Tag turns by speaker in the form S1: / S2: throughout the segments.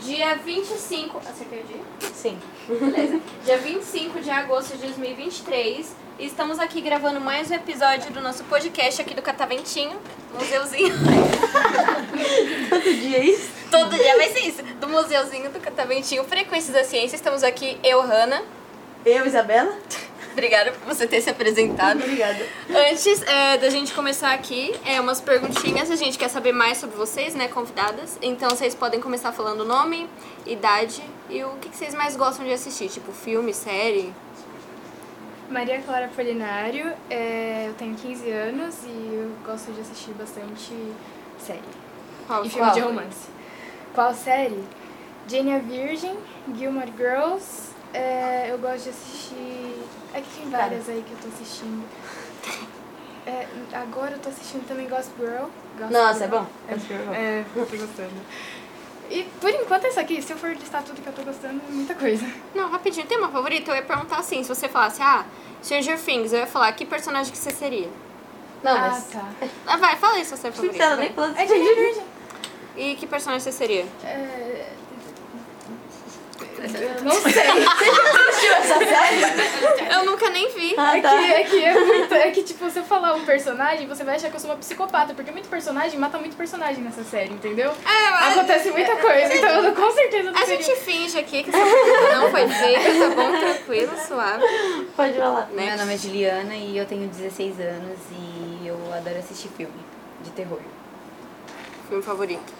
S1: Dia 25. Acertei o dia?
S2: Sim.
S1: Beleza. Dia 25 de agosto de 2023. e Estamos aqui gravando mais um episódio do nosso podcast aqui do Cataventinho, museuzinho.
S2: Todo dia é isso?
S1: Todo dia vai ser isso. Do museuzinho do Cataventinho, Frequências da Ciência. Estamos aqui, eu, Hanna.
S2: Eu, Isabela?
S1: Obrigada por você ter se apresentado.
S2: Obrigada.
S1: Antes é, da gente começar aqui, é umas perguntinhas. A gente quer saber mais sobre vocês, né, convidadas. Então vocês podem começar falando nome, idade e o que, que vocês mais gostam de assistir, tipo filme, série.
S3: Maria Clara Polinário, é, eu tenho 15 anos e eu gosto de assistir bastante série
S1: Qual,
S3: e filme de romance. Qual série? Jane a Virgem, Gilmore Girls, é, eu gosto de assistir. É que tem várias aí que eu tô assistindo. É, agora eu tô assistindo também Gossip Girl. Gossip
S2: Nossa,
S3: Girl.
S2: é bom?
S3: É, é, eu tô gostando. E por enquanto é isso aqui. Se eu for listar tudo que eu tô gostando, é muita coisa.
S1: Não, rapidinho, tem uma favorita? Eu ia perguntar assim, se você falasse, ah, Stranger Things, eu ia falar, que personagem que você seria?
S2: Não,
S3: ah,
S2: mas...
S3: tá.
S1: Ah, vai, fala aí se você é favorita.
S2: Sincero,
S1: vai.
S2: nem falando
S3: É Jane a Virgem.
S1: E que personagem você seria?
S3: É, Eu não sei.
S2: assistiu essa série?
S1: Eu nunca nem vi.
S2: Ah,
S3: É que,
S2: tá.
S3: é que é muito. É que, tipo, se eu falar um personagem, você vai achar que eu sou uma psicopata, porque muito personagem mata muito personagem nessa série, entendeu?
S2: Ah.
S1: É, mas
S3: Acontece muita coisa,
S2: é,
S3: então eu não- com certeza não
S1: a
S3: seria.
S1: gente finge aqui que essa pergunta não foi feita, tá bom, tranquilo, suave.
S2: Pode falar.
S1: Next.
S4: Meu nome é Juliana e eu tenho 16 anos e eu adoro assistir filme de terror.
S1: Filme favorito.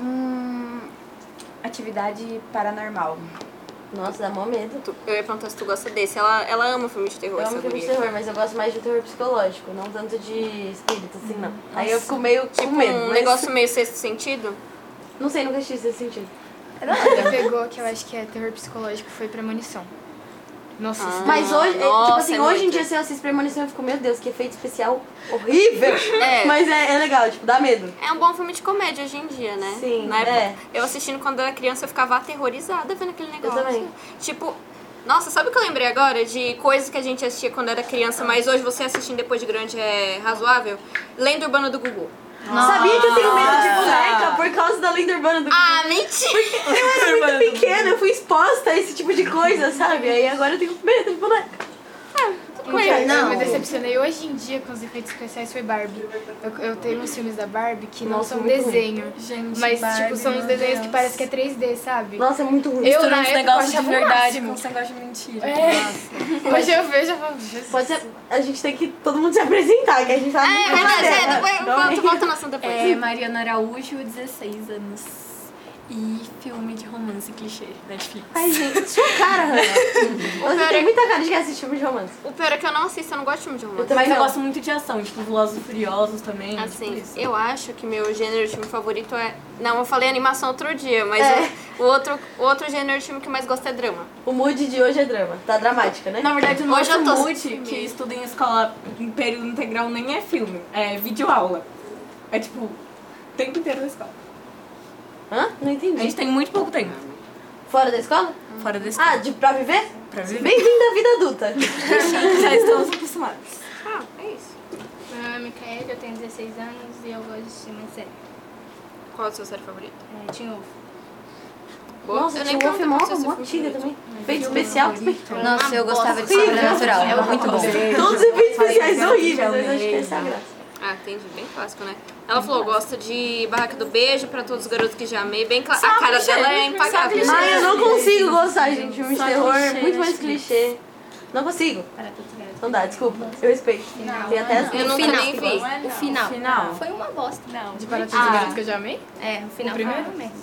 S4: Hum, atividade paranormal.
S2: Nossa, dá mó medo.
S1: Tu- Eu ia perguntar se tu gosta desse. Ela, ela ama filme de terror,
S2: Eu amo
S1: essa
S2: filme de
S1: guria.
S2: terror, mas eu gosto mais de terror psicológico, não tanto de espírito, assim, não. Aí eu fico meio com
S1: Tipo,
S2: medo.
S1: um
S2: mas-
S1: negócio meio sexto sentido.
S2: Não sei, nunca assisti esse sentido.
S3: Ela pegou que eu acho que é terror psicológico, foi premonição. Nossa,
S1: Ah.
S3: isso-
S2: Mas hoje, é, tipo
S1: Nossa,
S2: assim,
S1: é
S2: hoje em
S1: muito.
S2: dia, se eu assisto Premonição, eu fico, meu Deus, que efeito especial horrível.
S1: É.
S2: Mas é, é legal, tipo, dá medo.
S1: É um bom filme de comédia hoje em dia, né?
S2: Sim,
S1: Na época,
S2: é.
S1: Eu assistindo quando eu era criança, eu ficava aterrorizada vendo aquele negócio.
S2: também.
S1: Tipo, nossa, sabe o que eu lembrei agora? De coisas que a gente assistia quando era criança, mas hoje você assistindo depois de grande é razoável? Lenda Urbana do Gugu.
S2: Sabia que eu tenho medo de boneca por causa da lenda urbana do
S1: Ah, mentira!
S2: Eu era muito pequena, eu fui exposta a esse tipo de coisa, sabe? Aí agora eu tenho medo de boneca.
S3: Coisa,
S2: Não.
S3: Eu me decepcionei hoje em dia com os efeitos especiais foi Barbie. Eu, eu tenho uns filmes da Barbie que não
S2: Nossa,
S3: são
S2: muito ruim.
S3: desenho.
S5: Gente,
S3: Mas, tipo,
S5: Barbie,
S3: são uns
S5: meu
S3: desenhos que
S5: Deus.
S3: parece que é 3D, sabe?
S2: Nossa, é muito ruim.
S3: Eu,
S5: Misturando
S3: na
S5: uns
S3: época,
S5: negócios de
S3: achava o
S5: verdade com
S3: máximo.
S5: uns negócios de mentira.
S3: É. Hoje eu vejo e falo, Jesus.
S2: Pode ser. A gente tem que todo mundo se apresentar, que a gente tá.
S1: É, é verdade, é, depois, volta, volta na ação depois.
S5: É, Mariana Araújo, 16 anos. E filme de romance clichê, Netflix.
S2: Ai, gente, sua cara, Hannah. Você tem muita cara de que assiste filme de romance.
S1: O pior é que eu não assisto, eu não gosto de filme de romance.
S2: Eu também
S5: Mas eu
S2: não.
S5: gosto muito de ação, tipo Velozes e Furiosos também. tipo
S1: Assim,
S5: isso.
S1: eu acho que meu gênero de filme favorito é. Não, eu falei animação outro dia, mas
S2: É.
S1: o, o outro, o outro gênero de filme que eu mais gosto é drama.
S2: O mood de hoje é drama. Tá dramática, né?
S5: Na verdade, o
S1: Hoje
S5: nosso
S1: eu tô
S5: mood, que estuda em escola em período integral, nem é filme, é videoaula. É tipo, o tempo inteiro na escola.
S2: Hã? Não
S5: A gente
S2: entendi.
S5: tem muito pouco tempo
S2: Fora da escola?
S5: fora da escola.
S2: Ah, de, pra viver?
S5: pra viver.
S2: Bem-vindo à vida adulta.
S5: Já estamos acostumados.
S1: Ah, é isso.
S6: Meu nome é Micael, eu tenho 16 anos e eu gosto de assistir uma série.
S1: Qual é o seu série favorito?
S6: É, Teen Wolf.
S1: Boa.
S2: Nossa,
S1: Eu nem
S2: tinha um
S1: perguntei
S2: Wolf
S1: pra
S2: Mall,
S1: você se
S2: mó
S1: foi
S2: antiga
S1: favorito.
S2: também. Feito especial.
S4: Nossa, eu gostava de
S2: Sim,
S4: sobrenatural.
S2: eu
S4: muito bom.
S2: Todos os efeitos especiais horríveis, mas eu acho que
S5: horríveis.
S2: essa é a graça.
S1: Ah, entendi. Bem clássico, né? Ela falou, gosta de Barraca do Beijo pra todos os garotos que já amei. Bem cla- A cara
S5: clichê,
S1: dela é
S5: só
S1: impagável.
S5: clichê.
S2: Ai, eu não consigo gostar, gente, de filme de
S5: Só
S2: terror.
S5: clichê,
S2: muito
S5: né,
S2: mais
S5: gente?
S2: clichê. Não consigo.
S6: Para todos os garotos.
S2: Não dá, desculpa. Eu respeito. Tem até as...
S1: Eu nunca
S6: Final.
S1: nem vi.
S6: O final.
S5: Final.
S6: Foi uma bosta. Não.
S3: De para todos os
S7: Ah.
S3: garotos que eu já amei?
S6: É, o final.
S3: O primeiro?
S6: foi uma merda.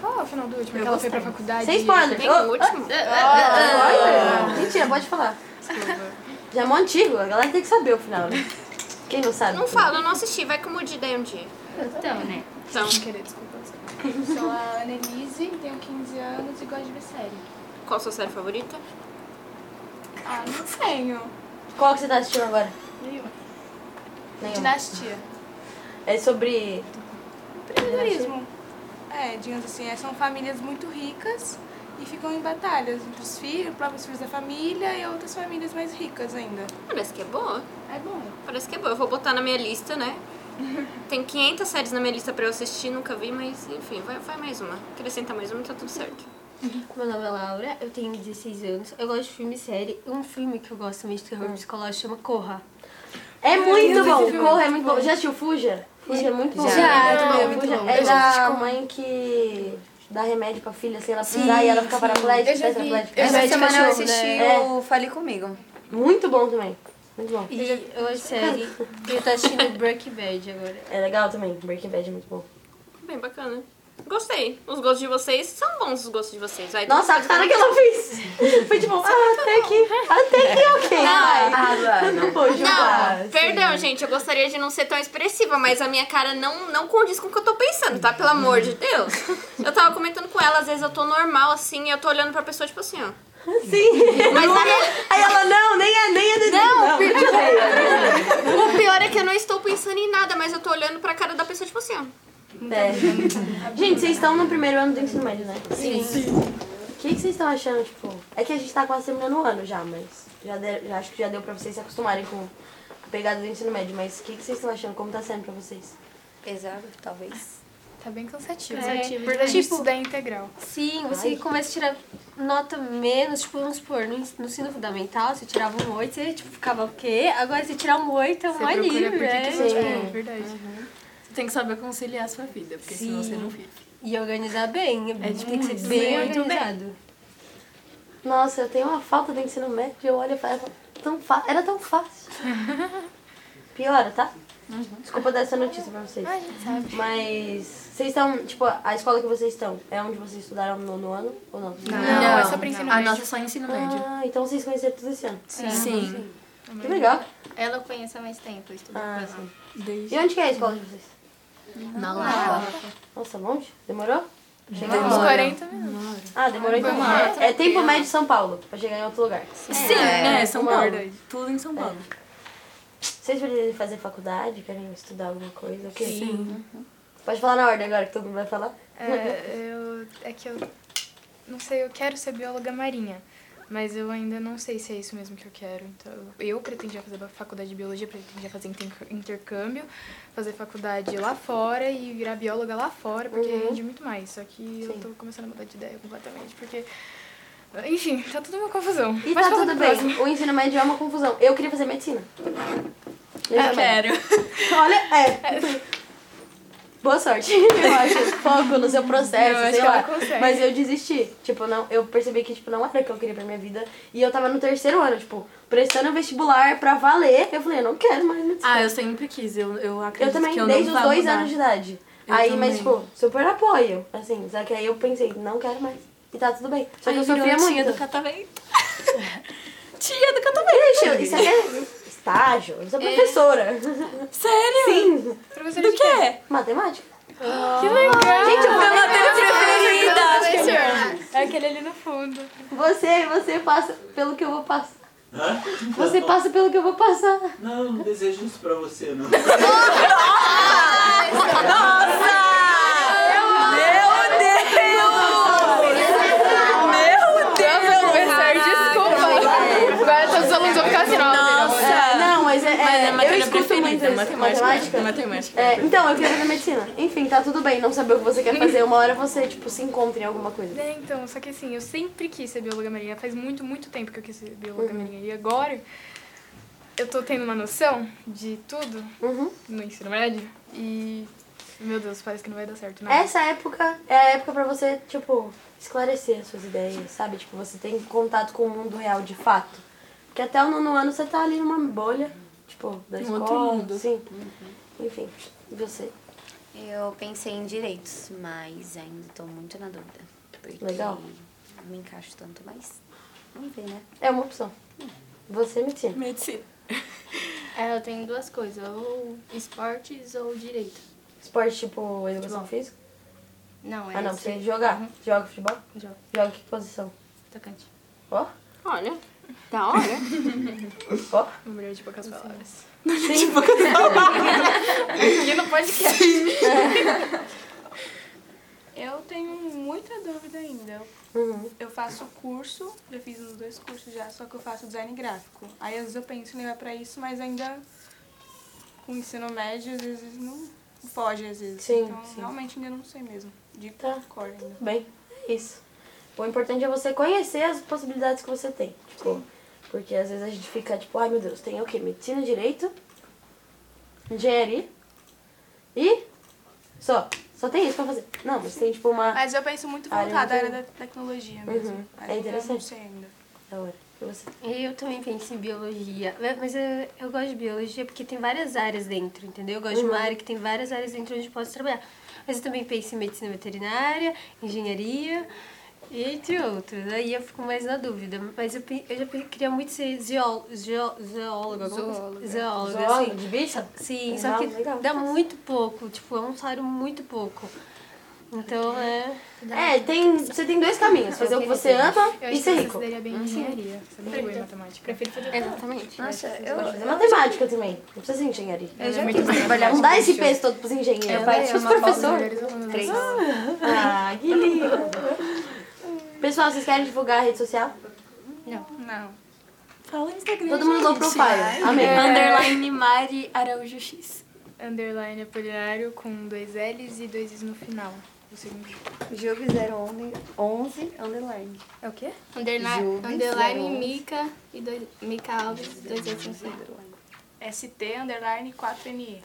S3: Qual é o final do último? Ela foi pra faculdade.
S2: Sem
S3: e-
S2: spoiler.
S1: Bem,
S2: Oh,
S1: o um último.
S2: ah, spoiler? Mentira, pode falar. Já é mó antigo, a galera tem que saber o final, né? Quem não sabe?
S1: Não fala, eu não assisti. Vai que eu mudei daí um dia.
S6: Então, né?
S1: Então,
S3: Sem querer, desculpa. desculpa.
S7: Sou a Annelise, tenho 15 anos e gosto de ver série.
S1: qual a sua série favorita?
S7: Ah, não tenho.
S2: Qual que você tá assistindo agora?
S7: Nenhuma.
S2: Nenhuma.
S7: Dinastia.
S2: É sobre...
S7: Empreendedorismo. é, digamos assim, é, são famílias muito ricas e ficam em batalhas entre os filhos, próprios filhos da família e outras famílias mais ricas ainda.
S1: Parece que é boa.
S7: É bom.
S1: Parece que é boa. Eu vou botar na minha lista, né? Tem 500 séries na minha lista pra eu assistir, nunca vi, mas enfim, vai, vai mais uma. Acrescenta mais uma, tá tudo certo.
S2: Meu nome é Laura, eu tenho 16 anos, eu gosto de filme e série. Um filme que eu gosto também de terror psicológico chama Corra. É muito bom, Corra é muito bom. Já assistiu Fuja? Fuja é muito bom.
S4: Já,
S2: é, muito bom. é da mãe que dá remédio pra filha, sei lá, precisar e ela fica paraplégica,
S3: Eu já vi.
S2: tetraplégica.
S4: Essa
S2: Remédio
S4: semana eu
S2: cachorro,
S4: assisti
S2: né?
S4: o Fale Comigo.
S2: É, muito bom também, muito bom.
S4: E hoje série. Eu tô assistindo Breaking Bad agora.
S2: É legal também, Breaking Bad é muito bom.
S1: Bem bacana. Gostei. Os gostos de vocês são bons os gostos de vocês. Vai,
S2: Nossa, a cara que ela fez! Foi tipo, ah, até que, até que ok, vai.
S4: Ah,
S2: Não vou julgar.
S1: Não, perdão, gente. Eu gostaria de não ser tão expressiva, mas a minha cara não, não condiz com o que eu tô pensando, tá? Pelo amor de Deus. Eu tava comentando com ela, às vezes eu tô normal assim e eu tô olhando pra pessoa, tipo assim, ó.
S2: Sim.
S1: Mas na real-
S2: Aí ela, não, nem é, nem é do
S1: Não,
S2: não.
S1: o pior é que eu não estou pensando em nada, mas eu tô olhando pra cara da pessoa, tipo assim, ó.
S2: É. Gente, vocês estão no primeiro ano do ensino médio, né? Sim. O que, que vocês estão achando, tipo... É que a gente tá quase terminando o ano já, mas... Já, de- já acho que já deu pra vocês se acostumarem com a pegada do ensino médio. Mas o que, que vocês estão achando? Como tá sendo pra vocês?
S4: Pesado, talvez.
S3: Tá bem cansativo. Tipo,
S6: Cansativo
S3: Por
S7: né?
S3: a gente estudar integral.
S8: Sim, você começa a tirar nota menos, tipo, vamos supor, no, ens- no ensino fundamental, você tirava um 8, você tipo, ficava o quê? Agora você tirar um 8 é um
S3: Você procura
S8: alívio,
S3: por que
S8: né?
S3: que
S7: Tipo,
S3: você é verdade.
S9: Você tem que saber conciliar a sua vida, porque senão você não fica.
S8: E organizar bem, é, tipo, tem que ser
S9: bem
S8: bem organizado.
S2: Nossa, eu tenho uma falta do ensino médio. Eu olho e falo... Tão fa... Era tão fácil. Piora, tá? Desculpa dar essa notícia pra vocês.
S3: A gente sabe.
S2: Mas vocês estão, tipo, a escola que vocês estão, é onde vocês estudaram no nono ano ou não?
S3: Não,
S9: Não,
S3: é só pra ensino
S9: A
S3: médio.
S9: nossa é só ensino médio.
S2: Ah, então vocês conheceram tudo esse ano.
S9: Sim.
S2: Ah,
S9: Sim.
S2: Que legal.
S6: Ela eu conheço há mais tempo, eu estudei com
S2: Ah,
S6: ela.
S2: sim.
S9: Desde
S2: E onde que é a escola de vocês?
S9: na lá.
S2: Nossa, longe? Demorou?
S3: Uns 40
S7: né?
S3: minutos.
S2: Ah, demorou então. É tempo médio de São Paulo, pra chegar em outro lugar.
S9: Sim, é,
S7: então,
S9: São
S2: uma
S9: Paulo.
S3: verdade.
S9: Tudo em São Paulo.
S2: Vocês pretendem fazer faculdade? Querem estudar alguma coisa? O quê? Sim. Pode falar na ordem agora que todo mundo vai falar.
S3: É, eu, é que eu não sei, eu quero ser bióloga marinha, mas eu ainda não sei se é isso mesmo que eu quero. Então, eu pretendia fazer a faculdade de biologia, pretendia fazer inter- intercâmbio, fazer faculdade lá fora e virar bióloga lá fora, porque rende muito mais. Só que eu
S2: Uhum. Sim.
S3: tô começando a mudar de ideia completamente, porque enfim, tá tudo uma confusão.
S2: E
S3: Mas
S2: tá
S3: vamos
S2: tudo
S3: pro
S2: bem.
S3: próximo.
S2: O ensino médio é uma confusão. Eu queria fazer medicina. Eu
S9: Quero.
S2: Olha, é. Boa sorte, eu acho. Foco no seu processo,
S3: Eu acho
S2: sei
S3: que ela
S2: lá.
S3: consegue.
S2: Mas eu desisti. Tipo, não, eu percebi que tipo, não era o que eu queria pra minha vida. E eu tava no terceiro ano, tipo, prestando vestibular pra valer. Eu falei, eu não quero mais medicina.
S9: Ah, eu sempre quis. Eu, eu acredito
S2: eu também,
S9: que eu
S2: desde
S9: não
S2: os
S9: vá
S2: dois
S9: mudar.
S2: anos de idade.
S9: Eu
S2: aí,
S9: também.
S2: mas, tipo, super apoio, assim. Só que aí eu pensei, não quero mais. E tá tudo bem. Só que
S9: Aí
S2: eu
S9: virou
S2: sofria
S9: tia
S2: muito.
S9: do catavento. tia do catavento. É.
S2: Ixi, Isso aqui é estágio. Eu sou professora.
S9: Sério?
S2: Sim.
S3: Professor
S9: Do
S3: de
S9: que? é?
S2: Matemática.
S9: Ah,
S3: Que legal!
S2: Gente, eu vou
S9: Minha matéria preferida.
S3: É aquele ali no fundo.
S2: Você, você passa pelo que eu vou passar. Você passa pelo que eu vou passar.
S10: Não, não desejo isso pra você, né? não.
S9: Meu Deus! Meu Deus!
S1: é
S3: Professor, desculpa. Agora todos os alunos vão ficar assim,
S2: É,
S9: Nossa!
S2: não,
S9: Mas
S2: mas é,
S9: é
S2: é,
S9: a
S2: eu
S9: matéria
S2: escuto muito
S9: preferida,
S2: isso.
S9: matemática.
S2: matemática.
S9: Matemática.
S2: É, então, eu queria fazer medicina. Enfim, tá tudo bem não saber o que você quer fazer. Uma hora você, tipo, se encontra em alguma coisa.
S3: É, então, só que assim, eu sempre quis ser bióloga marinha. Faz muito, muito tempo que eu quis ser bióloga marinha. E agora eu tô tendo uma noção de tudo
S2: Uhum.
S3: no ensino médio e. Meu Deus, parece que não vai dar certo né? nada.
S2: Essa época é a época pra você, tipo, esclarecer as suas ideias, sabe? Tipo, você tem contato com o mundo real de fato. Porque até o nono ano você tá ali numa bolha, tipo, da
S9: Um
S2: escola.
S9: outro mundo.
S2: Sim. Enfim, e você?
S4: Eu pensei em direitos, mas ainda tô muito na dúvida. Porque
S2: Legal.
S4: não me encaixo tanto, mas vamos ver, né?
S2: É uma opção. Você, medicina.
S9: Medicina.
S6: É, eu tenho duas coisas, ou esportes ou direito.
S2: Esporte, tipo, educação física?
S6: Não, é
S2: Ah, não,
S6: isso.
S2: precisa de jogar. Joga futebol?
S6: Jogo.
S2: Joga que posição?
S6: Tocante.
S2: Ó,
S1: Olha, da hora.
S2: ó.
S3: Uma mulher de poucas palavras.
S2: Sim,
S3: E não pode querer.
S7: Eu tenho muita dúvida ainda.
S2: Uhum.
S7: Eu faço curso, já fiz os dois cursos já, só que eu faço design gráfico. Aí às vezes eu penso em levar pra isso, mas ainda com o ensino médio, às vezes não foge, às vezes.
S2: Sim,
S7: então
S2: sim. Tá.
S7: realmente ainda não sei mesmo. De cor ainda.
S2: Bem, é isso. O importante é você conhecer as possibilidades que você tem. Tipo, porque às vezes a gente fica tipo, ai meu Deus, tem o quê? Medicina, direito, engenharia e só. Só tem isso pra fazer. Não, mas tem tipo uma.
S7: Mas eu penso muito
S2: Área
S7: voltada à
S2: muito-
S7: área da tecnologia mesmo.
S2: Uhum.
S7: Aí
S2: É
S7: eu Não
S2: interessante.
S7: sei ainda.
S2: Da hora. E você?
S8: Eu também penso em biologia, né, mas eu, eu gosto de biologia porque tem várias áreas dentro, entendeu? Eu gosto de uma
S2: Uhum.
S8: área que tem várias áreas dentro onde eu posso trabalhar. Mas eu também penso em medicina veterinária, engenharia, entre outros. Aí eu fico mais na dúvida. Mas eu, pe- eu já pe- queria muito ser zeó- zeó- zoóloga. como que-
S6: Zoóloga.
S8: Zoóloga,
S2: Zoóloga,
S8: sim.
S2: de bicho?
S8: assim. Sim,
S2: Legal,
S8: só que
S2: legal.
S8: dá muito pouco, tipo, é um salário muito pouco. Então é...
S2: É, tem, você tem dois caminhos. Fazer o que você ama
S3: Eu
S2: e
S3: acho que
S2: ser
S3: eu
S2: rico.
S3: consideraria bem engenharia. Você não pegou em matemática. Prefiro fazer
S1: Exatamente.
S4: Nossa, eu,
S2: Fazer matemática também. Não precisa ser engenharia.
S3: é
S4: eu já quis trabalhar
S2: Não
S4: com
S2: um dá esse
S4: bicho.
S2: peso todo pros engenheiros. né?
S4: Eu
S2: Vai
S4: dei
S2: pros
S4: uma pausa
S2: professores.
S4: Três.
S2: Ah, que lindo. Pessoal, vocês querem divulgar a rede social?
S7: Não.
S5: Fala no Instagram.
S2: Todo mundo low
S5: gente. é.
S2: profile. Amém.
S1: Underline Mari Araújo X.
S3: Underline Apolinário com dois L's e dois Is no final. O segundo.
S4: Jogo 011 underline.
S3: É o quê?
S6: Underline,
S4: Jubes,
S6: underline
S4: Leonce.
S6: Mica e dois, Mica Alves, dois anos no final.
S7: ST underline 4NE.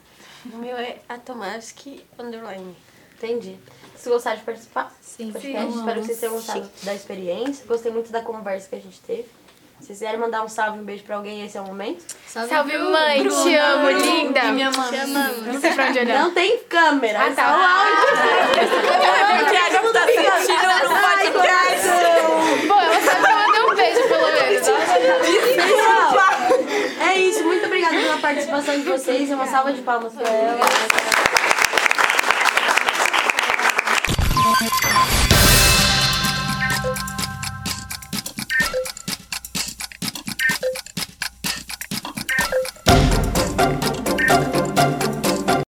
S8: O meu é Atomarsky Underline.
S2: Entendi. Vocês gostaram de participar?
S3: Sim.
S2: do podcast? Espero que vocês tenham gostado da experiência. Gostei muito da conversa que a gente teve. Se vocês quiserem mandar um salve, um beijo pra alguém, esse é o momento.
S6: Salve, mãe! Te amo, linda! Te amamos!
S3: Não sei pra onde olhar.
S2: Não tem câmera. Ah, tá.
S1: Ah,
S6: Bom, ela sabe que eu mandei um beijo, pelo menos.
S2: É isso. Muito obrigada pela participação de vocês. e Uma salva de palmas pra ela.